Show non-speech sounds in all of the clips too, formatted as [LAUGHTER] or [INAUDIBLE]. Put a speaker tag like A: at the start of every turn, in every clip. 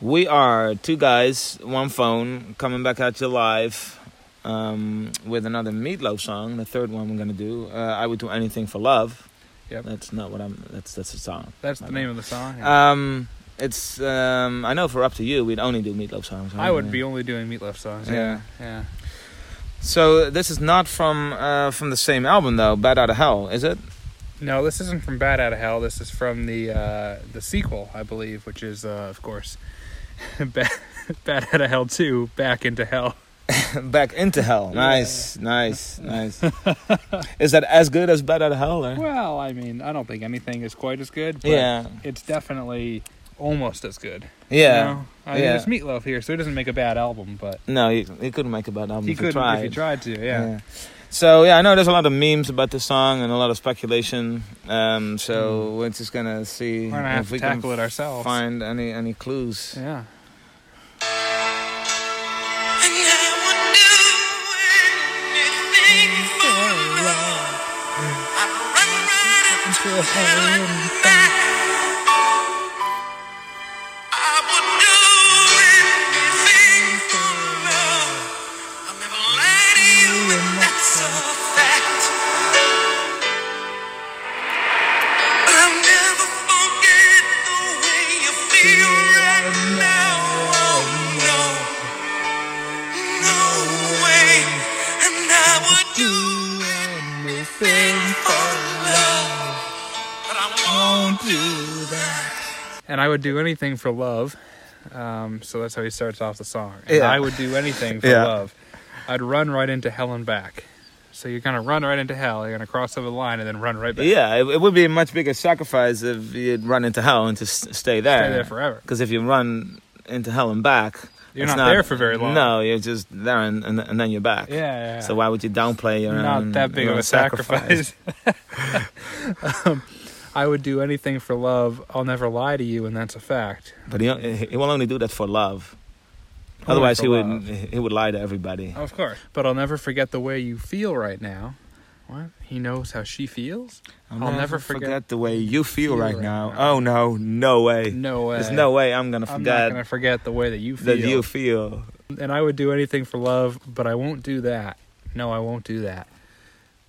A: We are two guys, one phone, coming back at you live um, with another Meatloaf song. The third one we're gonna do. Uh, I would do anything for love.
B: Yep.
A: That's not what I'm. That's that's a song.
B: That's
A: My
B: the
A: bad.
B: name of the song. yeah.
A: Um, it's. Um, I know for up to you, we'd only do Meatloaf songs.
B: I would
A: yeah.
B: be only doing meatloaf songs.
A: Yeah.
B: Yeah, yeah.
A: So this is not from uh, from the same album though. Bad Outta Hell, is it? [LAUGHS]
B: No, this isn't from Bad Out of Hell. This is from the uh, the sequel, I believe, which is uh, of course [LAUGHS] Bad, Bad Out of Hell Two: Back into Hell.
A: Back into Hell. Nice, nice,
B: [LAUGHS]
A: nice. is that as good as Bad Outta Hell? Or?
B: Well, I mean, I don't think anything is quite as good. But
A: Yeah,
B: it's definitely almost as good. you
A: yeah.
B: know? I mean,
A: yeah.
B: it's meatloaf here, so he doesn't make a bad album, but
A: No, you, you couldn't make a bad album
B: he
A: if
B: could
A: you tried.
B: if he tried to. Yeah.
A: So yeah, I know there's a lot of memes about this song and a lot of speculation. Um, so we're just gonna see
B: Hmm. We're gonna
A: if
B: have to
A: we
B: tackle
A: can
B: it ourselves.
A: find any any clues.
B: Yeah.
C: And I would do anything for love. I'd run right into hell and back. I would do anything for love. I'll never lie to you, and that's a fact. But I'll never forget the way you feel right now. Oh no. No way, and I would do anything for love, but I won't do that.
B: And I would do anything for love. Um, so that's how he starts off the song. And
A: Yeah.
B: I would do anything for
A: [LAUGHS] Yeah.
B: love. I'd run right into hell and back. So you're gonna run right into hell. You're gonna cross over the line and then run right back.
A: Yeah, it, it would be a much bigger sacrifice if you'd run into hell and just stay there.
B: Stay there forever.
A: Because if you run into hell and back,
B: You're
A: it's
B: not there for very long.
A: No, you're just there and and, and then you're back.
B: Yeah. yeah, yeah.
A: So why would you downplay your own-
B: not that big
A: your
B: of
A: own
B: a sacrifice. [LAUGHS] um, I would do anything for love. I'll never lie to you, and that's a fact.
A: But he he will only do that for love.
B: Only
A: Otherwise,
B: for
A: he would
B: love.
A: he would lie to everybody.
B: Of course. But I'll never forget the way you feel right now. What? He knows how she feels? I'll never forget-
A: the way you feel,
B: feel
A: right,
B: right
A: now.
B: now.
A: Oh no, no way.
B: No way.
A: There's no way I'm gonna
B: I'm not
A: forget
B: going to forget the way that you feel.
A: that you feel.
B: and I would do anything for love, but I won't do that. No, I won't do that.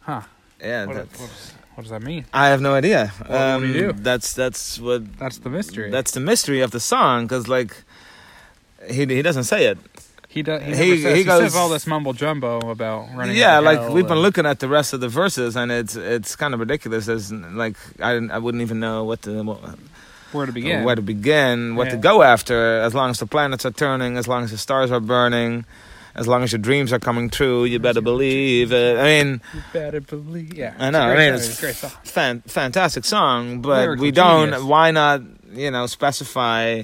B: Huh.
A: Yeah,
B: What,
A: that's,
B: what- what does that mean?
A: I have no idea. Um,
B: Well, what do you do?
A: That's that's what
B: That's the mystery.
A: that's the mystery of the song because like he he doesn't say it.
B: he does. He,
A: he-
B: never says,
A: he
B: he says
A: goes-
B: all this mumble jumbo about running.
A: yeah,
B: into
A: like
B: hell
A: we've been
B: and-
A: looking at the rest of the verses and it's it's kind of ridiculous. There's like I didn't, I wouldn't even know what to what,
B: where to begin.
A: where to begin, what to
B: Yeah.
A: go after. As long as the planets are turning, as long as the stars are burning, as long as your dreams are coming true, you better believe it. I mean,
B: You better believe. Yeah,
A: I know.
B: It's a
A: I
B: great
A: mean,
B: song,
A: it's
B: it's a great song.
A: fan- fantastic song, but
B: Lyrical
A: we don't.
B: genius.
A: Why not? You know, specify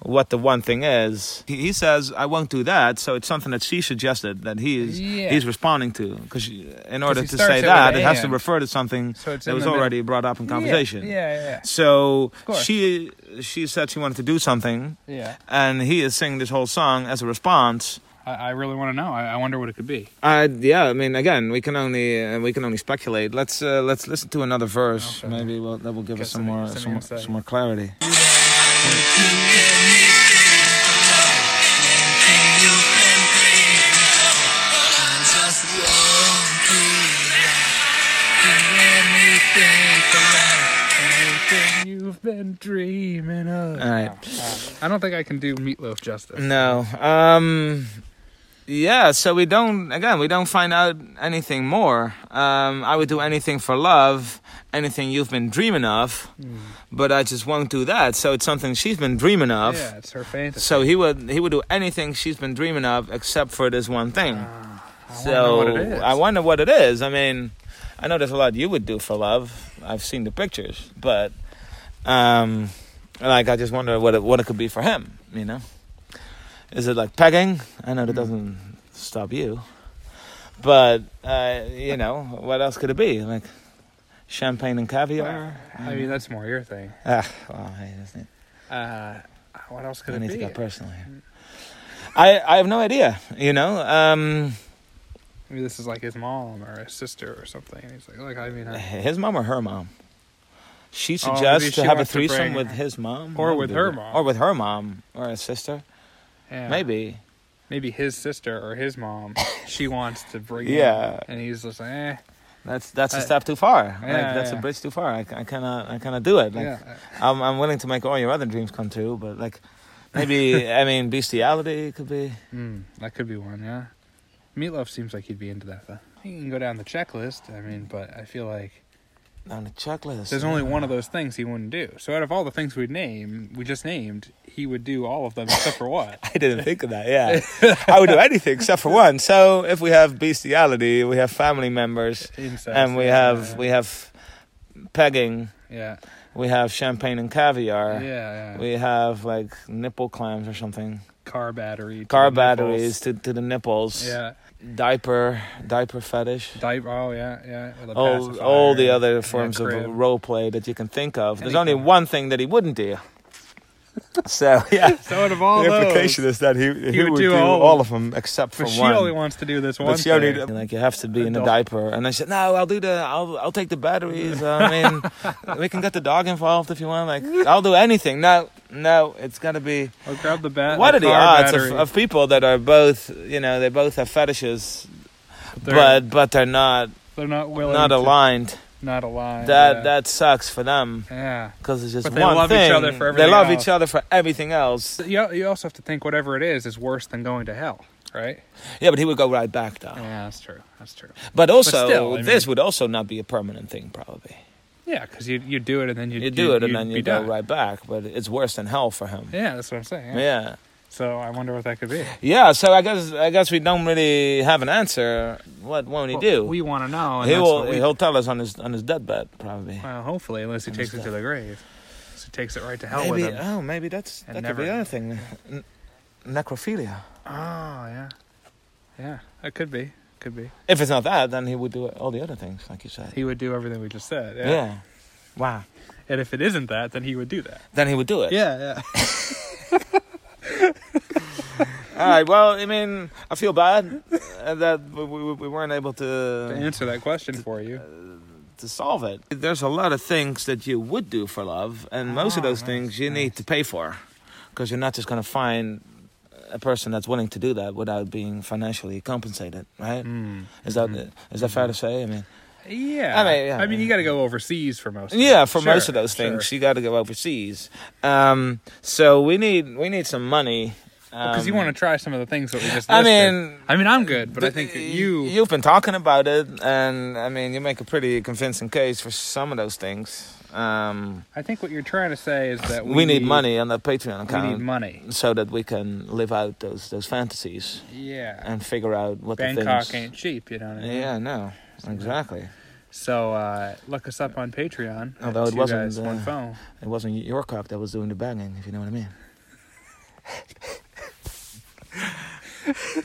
A: what the one thing is. He, he says, "I won't do that." So it's something that she suggested that he's
B: Yeah.
A: he's responding to because in order
B: he
A: to
B: starts
A: say
B: it with
A: that,
B: a
A: it has to
B: and.
A: refer to something
B: So it's
A: that
B: in
A: was
B: the middle.
A: already brought up in conversation.
B: Yeah,
A: So
B: course.
A: she she said she wanted to do something,
B: yeah, yeah.
A: and he is singing this whole song as a response.
B: I, I really want to know. I, I wonder what it could be.
A: Uh, yeah, I mean, again, we can only uh, we can only speculate. Let's uh, let's listen to another verse.
B: Okay.
A: Maybe we'll, that will give
B: Get
A: us some
B: some-
A: more
B: some
A: some,
B: insight.
A: some more clarity.
B: You've been dreaming of.
A: All right.
B: I don't think I can do meatloaf justice.
A: Uh, No. Um. Yeah. So we don't. Again, we don't find out anything more. Um. I would do anything for love. Anything you've been dreaming of, but I just won't do that. So it's something she's been dreaming of.
B: Yeah, it's her fantasy.
A: So he would he would do anything she's been dreaming of except for this one thing.
B: Ah, I wanna know
A: So
B: what it is.
A: I wonder what it is. I mean, I know there's a lot you would do for love. I've seen the pictures, but um, like I just wonder what it, what it could be for him. You know, is it like pegging? I
B: Hmm.
A: know that doesn't stop you, but uh, you know what else could it be? Like champagne and caviar.
B: I mean, that's more your thing.
A: Ah, well, I just need,
B: Uh, what else could
A: I
B: it
A: need to
B: be?
A: go personal here. I I have no idea. You know. Um, [LAUGHS]
B: Maybe this is like his mom or his sister or something. And he's like, look, I mean, I,
A: His mom or her mom? She
B: Oh, maybe
A: suggests
B: she
A: to have a
B: wants to
A: threesome
B: bring-
A: with his mom,
B: or
A: That would
B: with
A: be
B: her
A: good.
B: mom.
A: or with her mom or his sister,
B: Yeah.
A: maybe.
B: Maybe his sister or
A: [LAUGHS]
B: his mom. she wants to bring.
A: Yeah.
B: Him, and he's just like, eh.
A: That's that's a
B: Uh,
A: step too far.
B: yeah,
A: like, that's
B: yeah.
A: a bridge too far. I, c- I cannot I cannot do it. Like,
B: yeah. uh,
A: I'm I'm willing to make all your other dreams come true, but like
B: [LAUGHS]
A: maybe I mean bestiality could be.
B: Mm, that could be one. Yeah. Meatloaf seems like he'd be into that though. You can go down the checklist. I mean, but I feel like
A: On the checklist. [LAUGHS]
B: there's only one of those things he wouldn't do. So out of all the things we'd name, we just named, he would do all of them except for what?
A: [LAUGHS] I didn't think of that.
B: [LAUGHS]
A: Yeah, I would do anything except for one. So if we have bestiality, we have family members,
B: Incest,
A: and we
B: yeah,
A: have we have pegging,
B: yeah,
A: we have champagne and caviar,
B: yeah, yeah.
A: we have like nipple clams or something,
B: car battery, to
A: car
B: the
A: batteries
B: nipples.
A: to, to the nipples,
B: yeah,
A: diaper diaper fetish.
B: diaper. Oh yeah, yeah. with a
A: All,
B: pacifier
A: all the
B: and-
A: other
B: and a
A: forms of
B: crib.
A: role play that you can think of. There's only
B: Anything.
A: one thing that he wouldn't do. [LAUGHS] So yeah,
B: So out of all
A: the
B: those,
A: implication is that he, he, would do, all, of them except for,
B: but she
A: one.
B: only wants to do this one.
A: But she only
B: thing.
A: like you have to be in a
B: Adult.
A: diaper, and I said, "No, I'll do the, I'll, I'll take the batteries. I
B: [LAUGHS]
A: mean, we can get the dog involved if you want. Like, I'll do anything. No, no, it's gotta be.
B: I'll grab the bat.
A: what are the
B: Uh, car
A: odds of,
B: battery.
A: of people that are both, you know, they both have fetishes,
B: They're-
A: but but they're not
B: they're not willing.
A: not
B: to-
A: aligned.
B: Not aligned.
A: That
B: yeah.
A: that sucks for them
B: Yeah.
A: because it's just
B: But they
A: one
B: love each
A: thing.
B: other for
A: they
B: everything
A: love
B: else.
A: each other for everything else.
B: So You you also have to think whatever it is is worse than going to hell,
A: [SIGHS]
B: right?
A: Yeah, but he would go right back though.
B: Yeah, that's true. That's true.
A: But also,
B: still, I
A: this
B: mean-
A: would also not be a permanent thing, probably.
B: Yeah, because you you do it and then you
A: you do it and
B: you'd
A: then
B: be
A: you go
B: done.
A: right back, but it's worse than hell for him.
B: Yeah, that's what I'm saying. Yeah.
A: Yeah.
B: So I wonder what that could be.
A: Yeah, so I guess I guess we don't really have an answer. What won't he do?
B: We want to know. And
A: he
B: that's
A: will
B: what we-
A: he'll tell us on his on his deathbed probably.
B: Well, hopefully, unless he
A: I'm
B: takes
A: just
B: it to the grave, so he takes it right to hell
A: maybe
B: with him.
A: oh maybe that's
B: And
A: that could be
B: never-
A: the other thing. N- necrophilia.
B: Oh yeah, yeah. It could be. Could be.
A: If it's not that, then he would do all the other things, like you said.
B: He would do everything we just said.
A: yeah.
B: Yeah.
A: Wow.
B: And if it isn't that, then he would do that.
A: Then he would do it.
B: Yeah,
A: [LAUGHS]
B: yeah.
A: All right. Well, I mean, I feel bad uh, that we, we, we weren't able
B: to
A: to
B: answer that question for you.
A: [LAUGHS] to solve it. There's a lot of things that you would do for love, and most of
B: Ah,
A: those
B: nice,
A: things you
B: nice.
A: need to pay for because you're not just going to find a person that's willing to do that without being financially compensated, right?
B: Mm.
A: Is that is that
B: Mm-hmm.
A: fair to say? I mean,
B: Yeah.
A: I mean, yeah,
B: I mean, you
A: yeah.
B: got to go overseas for most. Of
A: yeah,
B: it.
A: for
B: Sure,
A: most of those
B: sure.
A: things, you got to go overseas. Um, so we need we need some money
B: because you
A: um,
B: want to try some of the things that we just.
A: I
B: Listed.
A: mean, uh,
B: I mean, I'm good, but I think that
A: Y-
B: you.
A: you've been talking about it, and I mean, you make a pretty convincing case for some of those things. Um,
B: I think what you're trying to say is that
A: we,
B: we,
A: need money on the Patreon
B: We need
A: account
B: money.
A: so that we can live out those those fantasies
B: Yeah.
A: and figure out what the
B: Bangkok
A: things.
B: ain't cheap, you know what I mean?
A: Yeah, no, exactly.
B: So uh, look us up on Patreon. at
A: Although it
B: Two
A: wasn't,
B: Guys, one
A: uh,
B: phone.
A: It wasn't your cock that was doing the banging, if you know what I mean.